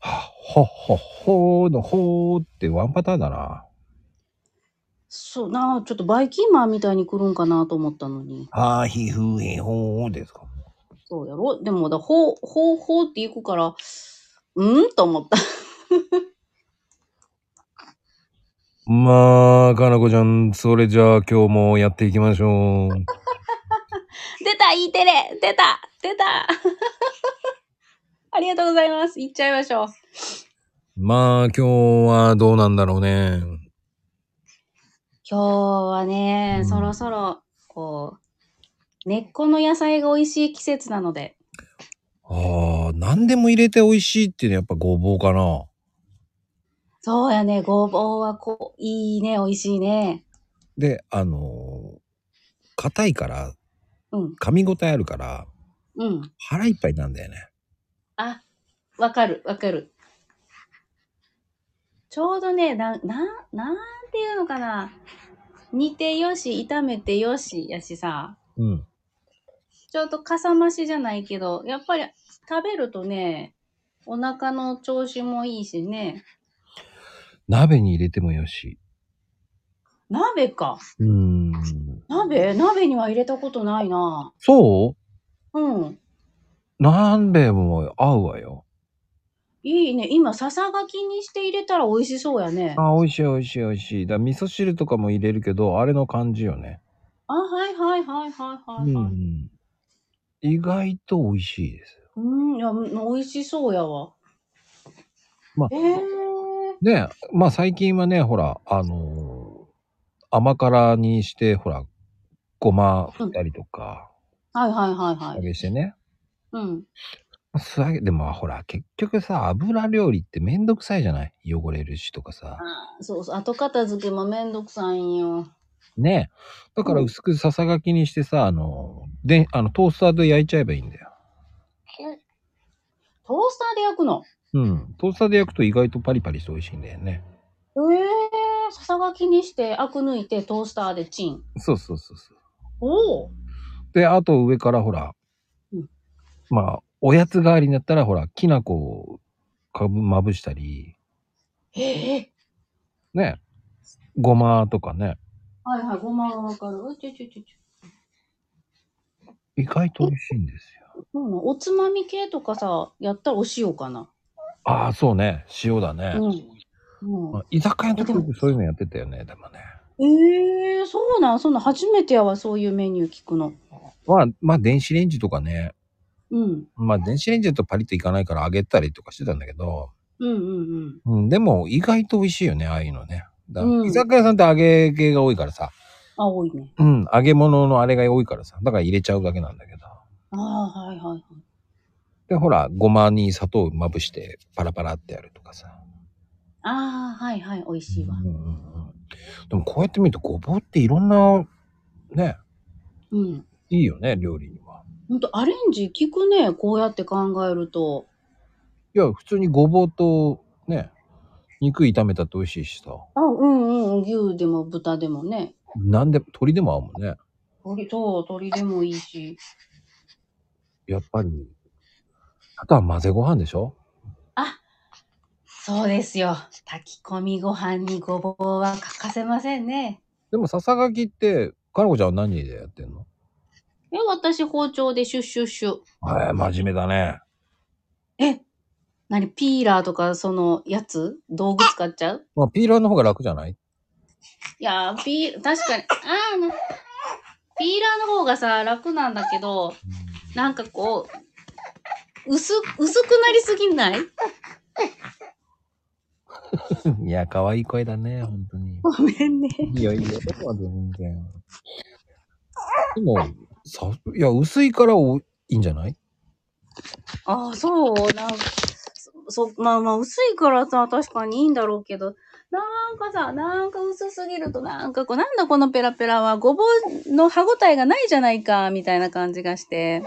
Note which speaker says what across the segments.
Speaker 1: ほっほっほーのほーってワンパターンだな。
Speaker 2: そうなあ、ちょっとバイキンマンみたいに来るんかなと思ったのに。
Speaker 1: はーひふへほーですか。
Speaker 2: そうやろでもだ、ほう、ほうほうって行くから、うんと思った。
Speaker 1: まあ、かなこちゃん、それじゃあ今日もやっていきましょう。
Speaker 2: 出た !E テレ出た出た ありがとうございます。行っちゃいましょう。
Speaker 1: まあ、今日はどうなんだろうね。
Speaker 2: 今日はね、
Speaker 1: うん
Speaker 2: そろそろ、こう、根っこの野菜が美味しい季節なので。
Speaker 1: ああ、何でも入れて美味しいっていうのはやっぱごぼうかな。
Speaker 2: そうやね、ごぼうはこう、いいね、美味しいね。
Speaker 1: で、あのー硬いから、
Speaker 2: うん、
Speaker 1: 噛み応えあるから、
Speaker 2: うん。
Speaker 1: 腹いっぱいなんだよね。
Speaker 2: あ、わかる、わかる。ちょうどね、な、な、なんていうのかな。煮てよし、炒めてよしやしさ、
Speaker 1: うん。
Speaker 2: ちょうどかさ増しじゃないけど、やっぱり食べるとね、お腹の調子もいいしね。
Speaker 1: 鍋に入れてもよし。
Speaker 2: 鍋か。
Speaker 1: うーん。
Speaker 2: 鍋鍋には入れたことないな。
Speaker 1: そ
Speaker 2: うん。
Speaker 1: うなんでも合うわよ。
Speaker 2: いいね。今、ささがきにして入れたら美味しそうやね。あ
Speaker 1: あー、美味しい美味しい美味しい。だから味噌汁とかも入れるけど、あれの感じよね。
Speaker 2: はいはいはいはいはい、
Speaker 1: う
Speaker 2: はい
Speaker 1: ん。意外と美味しいです。
Speaker 2: うん。いや、美味しそうやわ。
Speaker 1: まあ
Speaker 2: えー、
Speaker 1: で、まあ最近はね、ほら、あのー甘辛にして、ほら、ごま振ったりとか、
Speaker 2: はいはいはいは
Speaker 1: 揚
Speaker 2: い。
Speaker 1: げしてね。
Speaker 2: うん。
Speaker 1: 素揚げ、でもほら、結局さ、油料理ってめんどくさいじゃない汚れるしとかさ。
Speaker 2: あそうそう。後片付けもめんどくさいんよ。
Speaker 1: ねだから薄くささがきにしてさ、あの、で、あの、トースターで焼いちゃえばいいんだよ。
Speaker 2: トースターで焼くの。
Speaker 1: うん。トースターで焼くと意外とパリパリして美味しいんだよね。
Speaker 2: えー、ささがきにして、アク抜いて、トースターでチン。
Speaker 1: そうそうそうそう。
Speaker 2: おお。
Speaker 1: で、あと上からほら、
Speaker 2: うん
Speaker 1: まあ、おやつ代わりになったらほら、きな粉をかぶ、まぶしたり、
Speaker 2: ええ
Speaker 1: ね。ごまとかね。
Speaker 2: はいはい、ごまがわかる。うちょちょちょちょ。
Speaker 1: 意外と美味しいんですよ。
Speaker 2: そうなのおつまみ系とかさ、やったらお塩かな。
Speaker 1: ああ、そうね。塩だね。
Speaker 2: うん。
Speaker 1: ま
Speaker 2: う
Speaker 1: あ居酒屋の時よくそういうのやってたよね、でもね。
Speaker 2: ん、ええそうなん、そんな初めてやわ、そういうメニュー聞くの。
Speaker 1: まあ、まあ、電子レンジとかね。
Speaker 2: うん。
Speaker 1: まあ、電子レンジだとパリッといかないから揚げたりとかしてたんだけど、
Speaker 2: うんうん
Speaker 1: うん、でも意外と美味しいよね、ああいうのね。だ
Speaker 2: うん
Speaker 1: 居酒屋さんって揚げ系が多いからさ、
Speaker 2: うん。青いね。
Speaker 1: うん、揚げ物のあれが多いからさ、だから入れちゃうだけなんだけど。
Speaker 2: ああ、はいはいはい。
Speaker 1: で、ほら、ごまに砂糖をまぶしてパラパラってやるとかさ。
Speaker 2: ああ、はいはい、美味しいわ
Speaker 1: う。んうんうんでもこうやって見るとごぼうっていろんな、ね、
Speaker 2: うん。
Speaker 1: いいよね、料理には。
Speaker 2: ほんと、アレンジ聞くね、こうやって考えると。
Speaker 1: いや、普通にごぼうと、ね、肉炒めたって美味しいしさ。
Speaker 2: あうんうん、牛でも豚でもね。
Speaker 1: なんで、鶏でも合うもんね。
Speaker 2: 鳥と鳥でもいいし。
Speaker 1: やっぱり。あとは混ぜご飯でしょ
Speaker 2: そうですよ。炊き込みご飯にごぼうは欠かせませんね。
Speaker 1: でもささがきって、かのこちゃんは何でやってんの
Speaker 2: え、私包丁でシュッシュッシュ。
Speaker 1: はい、真面目だね。
Speaker 2: え、何ピーラーとかそのやつ道具使っちゃう
Speaker 1: まあ、ピーラーの方が楽じゃない
Speaker 2: いやー、ピー、確かに、あーなピーラーの方がさ、楽なんだけど、なんかこう、薄、薄くなりすぎない
Speaker 1: いや、可愛い声だね、本当に。
Speaker 2: ごめんね。
Speaker 1: いいよ、いいよ。全然。でも、さ、いや、薄いからおいいんじゃない
Speaker 2: ああ、そう、なんか、そ、そまあまあ、薄いからさ、確かにいいんだろうけど、なんかさ、なんか薄すぎると、なんかこう、なんだこのペラペラは、ごぼうの歯ごたえがないじゃないか、みたいな感じがして。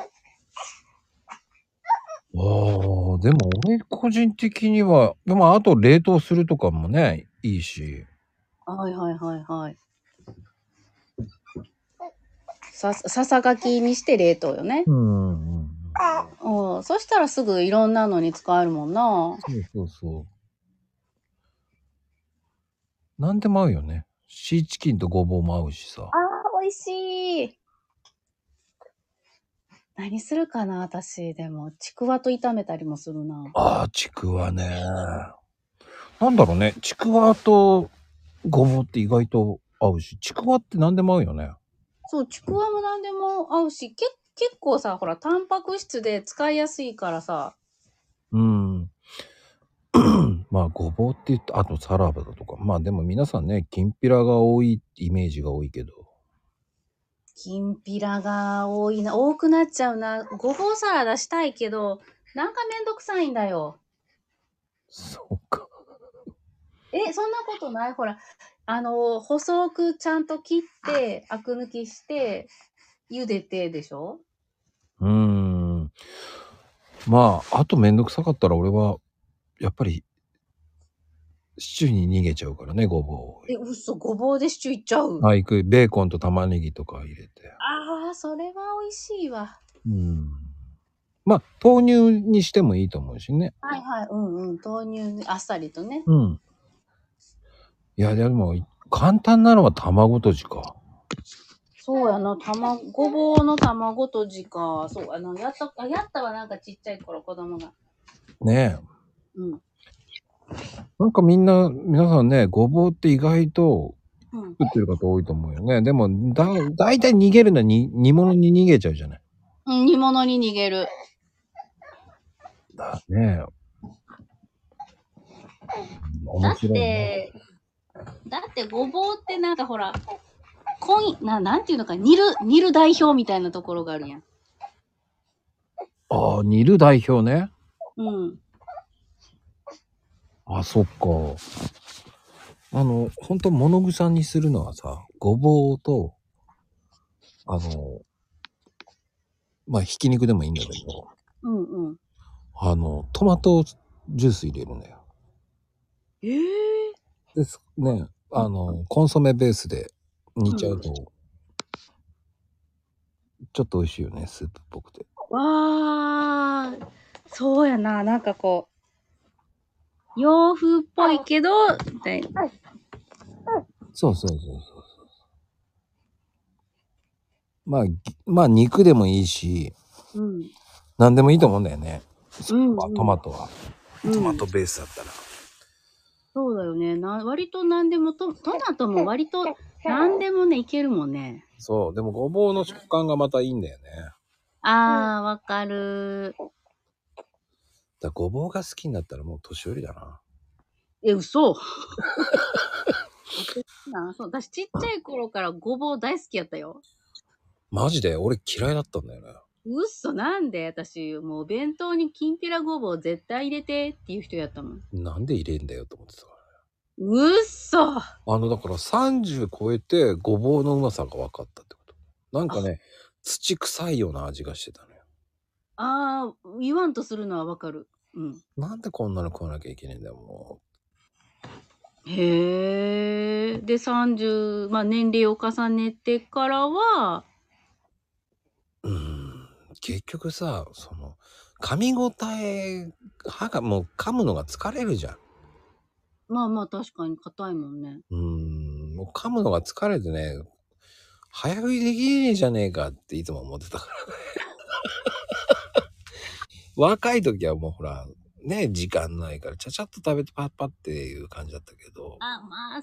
Speaker 1: ああ、でも俺個人的には、でもあと冷凍するとかもね、いいし。
Speaker 2: はいはいはいはい。さ、ささがきにして冷凍よね。
Speaker 1: うんうんうん。
Speaker 2: うん。そしたらすぐいろんなのに使えるもんな。
Speaker 1: そうそうそう。何でも合うよね。シーチキンとごぼうも合うしさ
Speaker 2: あ。あ、美味しい。何するかな、私。でも、ちくわと炒めたりもするな。
Speaker 1: ああ、ちくわね。なんだろうね。ちくわとごぼうって意外と合うし、ちくわって何でも合うよね。
Speaker 2: そう、ちくわも何でも合うし、け結構さ、ほら、タンパク質で使いやすいからさ。
Speaker 1: うん。 まあ、ごぼうって言って、あとサラダだとか。まあでも皆さんね、きんぴらが多いイメージが多いけど。
Speaker 2: きんぴらが多いな、多くなっちゃうな。ごぼうサラダしたいけど、なんかめんどくさいんだよ。
Speaker 1: そうか。
Speaker 2: え、そんなことないほら、あの、細くちゃんと切って、アク抜きして、茹でてでしょ
Speaker 1: うーん。まあ、あとめんどくさかったら俺は、やっぱり、シチューに逃げちゃうからね、ごぼ
Speaker 2: え、嘘、ごぼうでシチューいっちゃう。
Speaker 1: う。はい、くベーコンと玉ねぎとか入れて。
Speaker 2: ああ、それは美味しいわ。
Speaker 1: うん。まあ、豆乳にしてもいいと思うしね。
Speaker 2: はいはい、うんうん、豆乳あっさりとね。
Speaker 1: うん。いや、でも、簡単なのは卵とじか。
Speaker 2: そうやな、卵、ごぼうの卵とじか。そう、あの、やった、あやったはなんかちっちゃい頃子供が。
Speaker 1: ねえ。
Speaker 2: うん。
Speaker 1: なんかみんな、皆さんね、ごぼうって意外と
Speaker 2: うん。
Speaker 1: 作ってる方多いと思うよね。でも、だ、だいたい逃げるのはに煮物に逃げちゃうじゃない。
Speaker 2: うん、煮物に逃げる。
Speaker 1: だねえ。
Speaker 2: だ
Speaker 1: 面
Speaker 2: っ
Speaker 1: 白いね。
Speaker 2: て、だってごぼうってなんかほら、こん、な、なんていうのか、煮る、煮る代表みたいなところがあるやん。
Speaker 1: ああ、煮る代表ね。
Speaker 2: うん。
Speaker 1: あ、そっか。あの、本当物草にするのはさ、ごぼうと、あの、まあ、ひき肉でもいいんだけど、
Speaker 2: うんうん。
Speaker 1: あの、トマトジュース入れるんだよ。
Speaker 2: ええ
Speaker 1: ですね、あの、コンソメベースで煮ちゃうと、ちょっと美味しいよね、スープっぽくて。
Speaker 2: わあ、そうやな、なんかこう、洋風っぽいけど、みたいな。
Speaker 1: そうそうそうそうそう。まあ、ぎまあ、肉でもいいし、
Speaker 2: うん。
Speaker 1: 何でもいいと思うんだよね。
Speaker 2: うん
Speaker 1: まあトマトは。
Speaker 2: うん
Speaker 1: トマトベースだったら。
Speaker 2: そうだよね。な割と何でもト、トマトも割と何でもね、いけるもんね。
Speaker 1: そう、でもごぼうの食感がまたいいんだよね。だか
Speaker 2: あー、わかる
Speaker 1: らごぼうが好きになったらもう年寄りだな。
Speaker 2: え、嘘 なそう私ちっちゃい頃からごぼう大好きやったよ。
Speaker 1: マジで俺嫌いだったんだよね。
Speaker 2: 嘘なんで私もう弁当にきんぴらごぼう絶対入れてっていう人やったもん。
Speaker 1: なんで入れんだよと思ってたから。
Speaker 2: 嘘
Speaker 1: あの、だから30超えてごぼうのうまさが分かったってこと。なんかね、土臭いような味がしてたのよ。
Speaker 2: あー、言わんとするのはわかる。うん。
Speaker 1: なんでこんなの食わなきゃいけないんだよ、も
Speaker 2: へえ。で、30、まあ年齢を重ねてからは、
Speaker 1: う。うーん。結局さ、その、噛み応え、歯がもう噛むのが疲れるじゃん。
Speaker 2: まあまあ確かに硬いもんね。
Speaker 1: うーん、もう噛むのが疲れてね、早食いできねえじゃねえかっていつも思ってたからね。 若い時はもうほら、ね、時間ないから、ちゃちゃっと食べてパッパっていう感じだったけど、
Speaker 2: あ、まあ、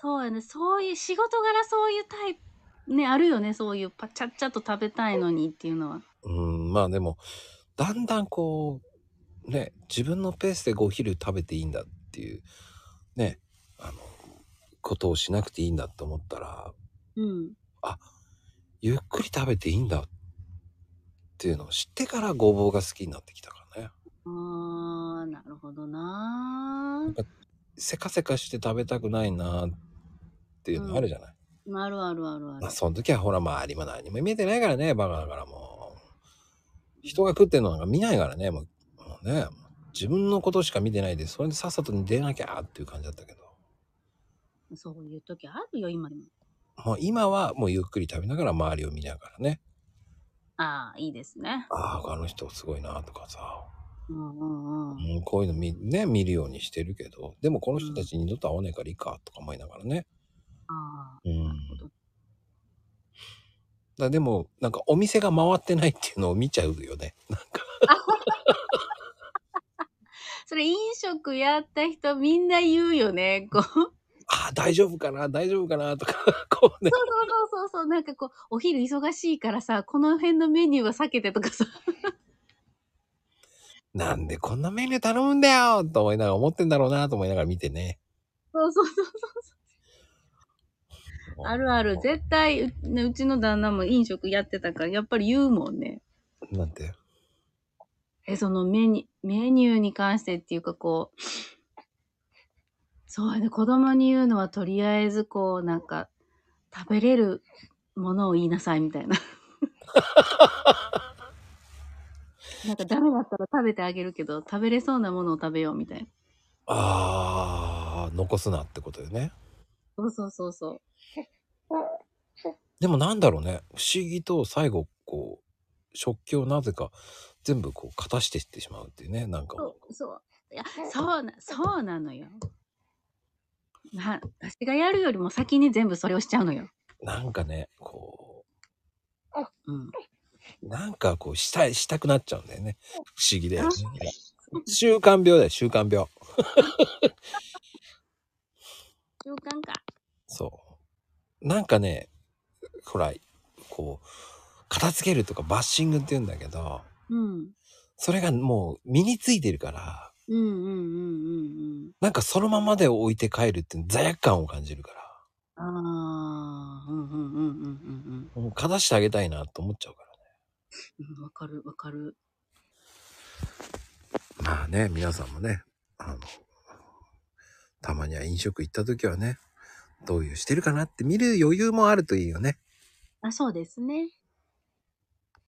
Speaker 2: そうやね。そういう、仕事柄そういうタイプ、ね、あるよね。そういう、パチャッチャと食べたいのにっていうのは。
Speaker 1: うーん、まあでも、だんだんこう、ね、自分のペースでこうお昼食べていいんだっていう、ね、あの、ことをしなくていいんだって思ったら、
Speaker 2: うん。
Speaker 1: ゆっくり食べていいんだっていうのを知ってからごぼうが好きになってきたからね。
Speaker 2: ああ、なるほどな
Speaker 1: せかせかして食べたくないなっていうのあるじゃない、
Speaker 2: ー。あるあるあるある
Speaker 1: まあ。その時はほら周りも何も見えてないからねバカだからもう人が食ってるのなんか見ないからねもうもうね自分のことしか見てないでそれでさっさと出なきゃっていう感じだったけど
Speaker 2: そういう時あるよ、今でも。
Speaker 1: もう今はもうゆっくり食べながら周りを見ながらね
Speaker 2: ああ、いいですね。
Speaker 1: あああの人すごいなとかさ
Speaker 2: うんうんうん。
Speaker 1: うん、こういうの見,、ね、見るようにしてるけどでもこの人たちに二度と会わないからいいかとか思いながらね、
Speaker 2: あ
Speaker 1: うん、
Speaker 2: あ、なるほど。
Speaker 1: だでもなんかお店が回ってないっていうのを見ちゃうよねなんか
Speaker 2: それ飲食やった人みんな言うよね。こう。 そ
Speaker 1: あ
Speaker 2: う
Speaker 1: ー大丈夫かな大丈夫かなとか こうね
Speaker 2: そうそうそうそう。なんかこう、お昼忙しいからさ、この辺のメニューは避けてとかさ。
Speaker 1: なんでこんなメニュー頼むんだよと思いながら思ってんだろうなと思いながら見てね
Speaker 2: そうそうそうそう。あるある。絶対う、ねうちの旦那も飲食やってたから、やっぱり言うもんね。
Speaker 1: なんて
Speaker 2: え、そのメニュー、メニューに関してっていうかこう、そうやね、子供に言うのはとりあえずこう、なんか、食べれるものを言いなさいみた いな。なんかダメだったら食べてあげるけど、食べれそうなものを食べようみたいな。
Speaker 1: あー残すなってことよね
Speaker 2: そうそうそうそう。
Speaker 1: でもなんだろうね不思議と最後こう食器をなぜか全部こう片してってしまうっていうねなんか
Speaker 2: そう、そう。いや、そうな、そうなのよ。な、私がやるよりも先に全部それをしちゃうのよ。
Speaker 1: なんかねこ
Speaker 2: うん。
Speaker 1: うなんかこうしたいしたくなっちゃうんだよね不思議だよね習慣病だよ習慣病
Speaker 2: 習慣か。
Speaker 1: そうなんかねほらこう片付けるとかバッシングって言うんだけど
Speaker 2: うん。
Speaker 1: それがもう身についてるから
Speaker 2: うんうんうんうんうん。
Speaker 1: なんかそのままで置いて帰るって罪悪感を感じるから
Speaker 2: ああ、うんうんうんうんうん
Speaker 1: もうかだしてあげたいなと思っちゃうか
Speaker 2: うん。わかるわかる。
Speaker 1: ら。まあね、皆さんもね、あの、たまには飲食行った時はね、どういうしてるかなって見る余裕もあるといいよね。
Speaker 2: あ、そうですね。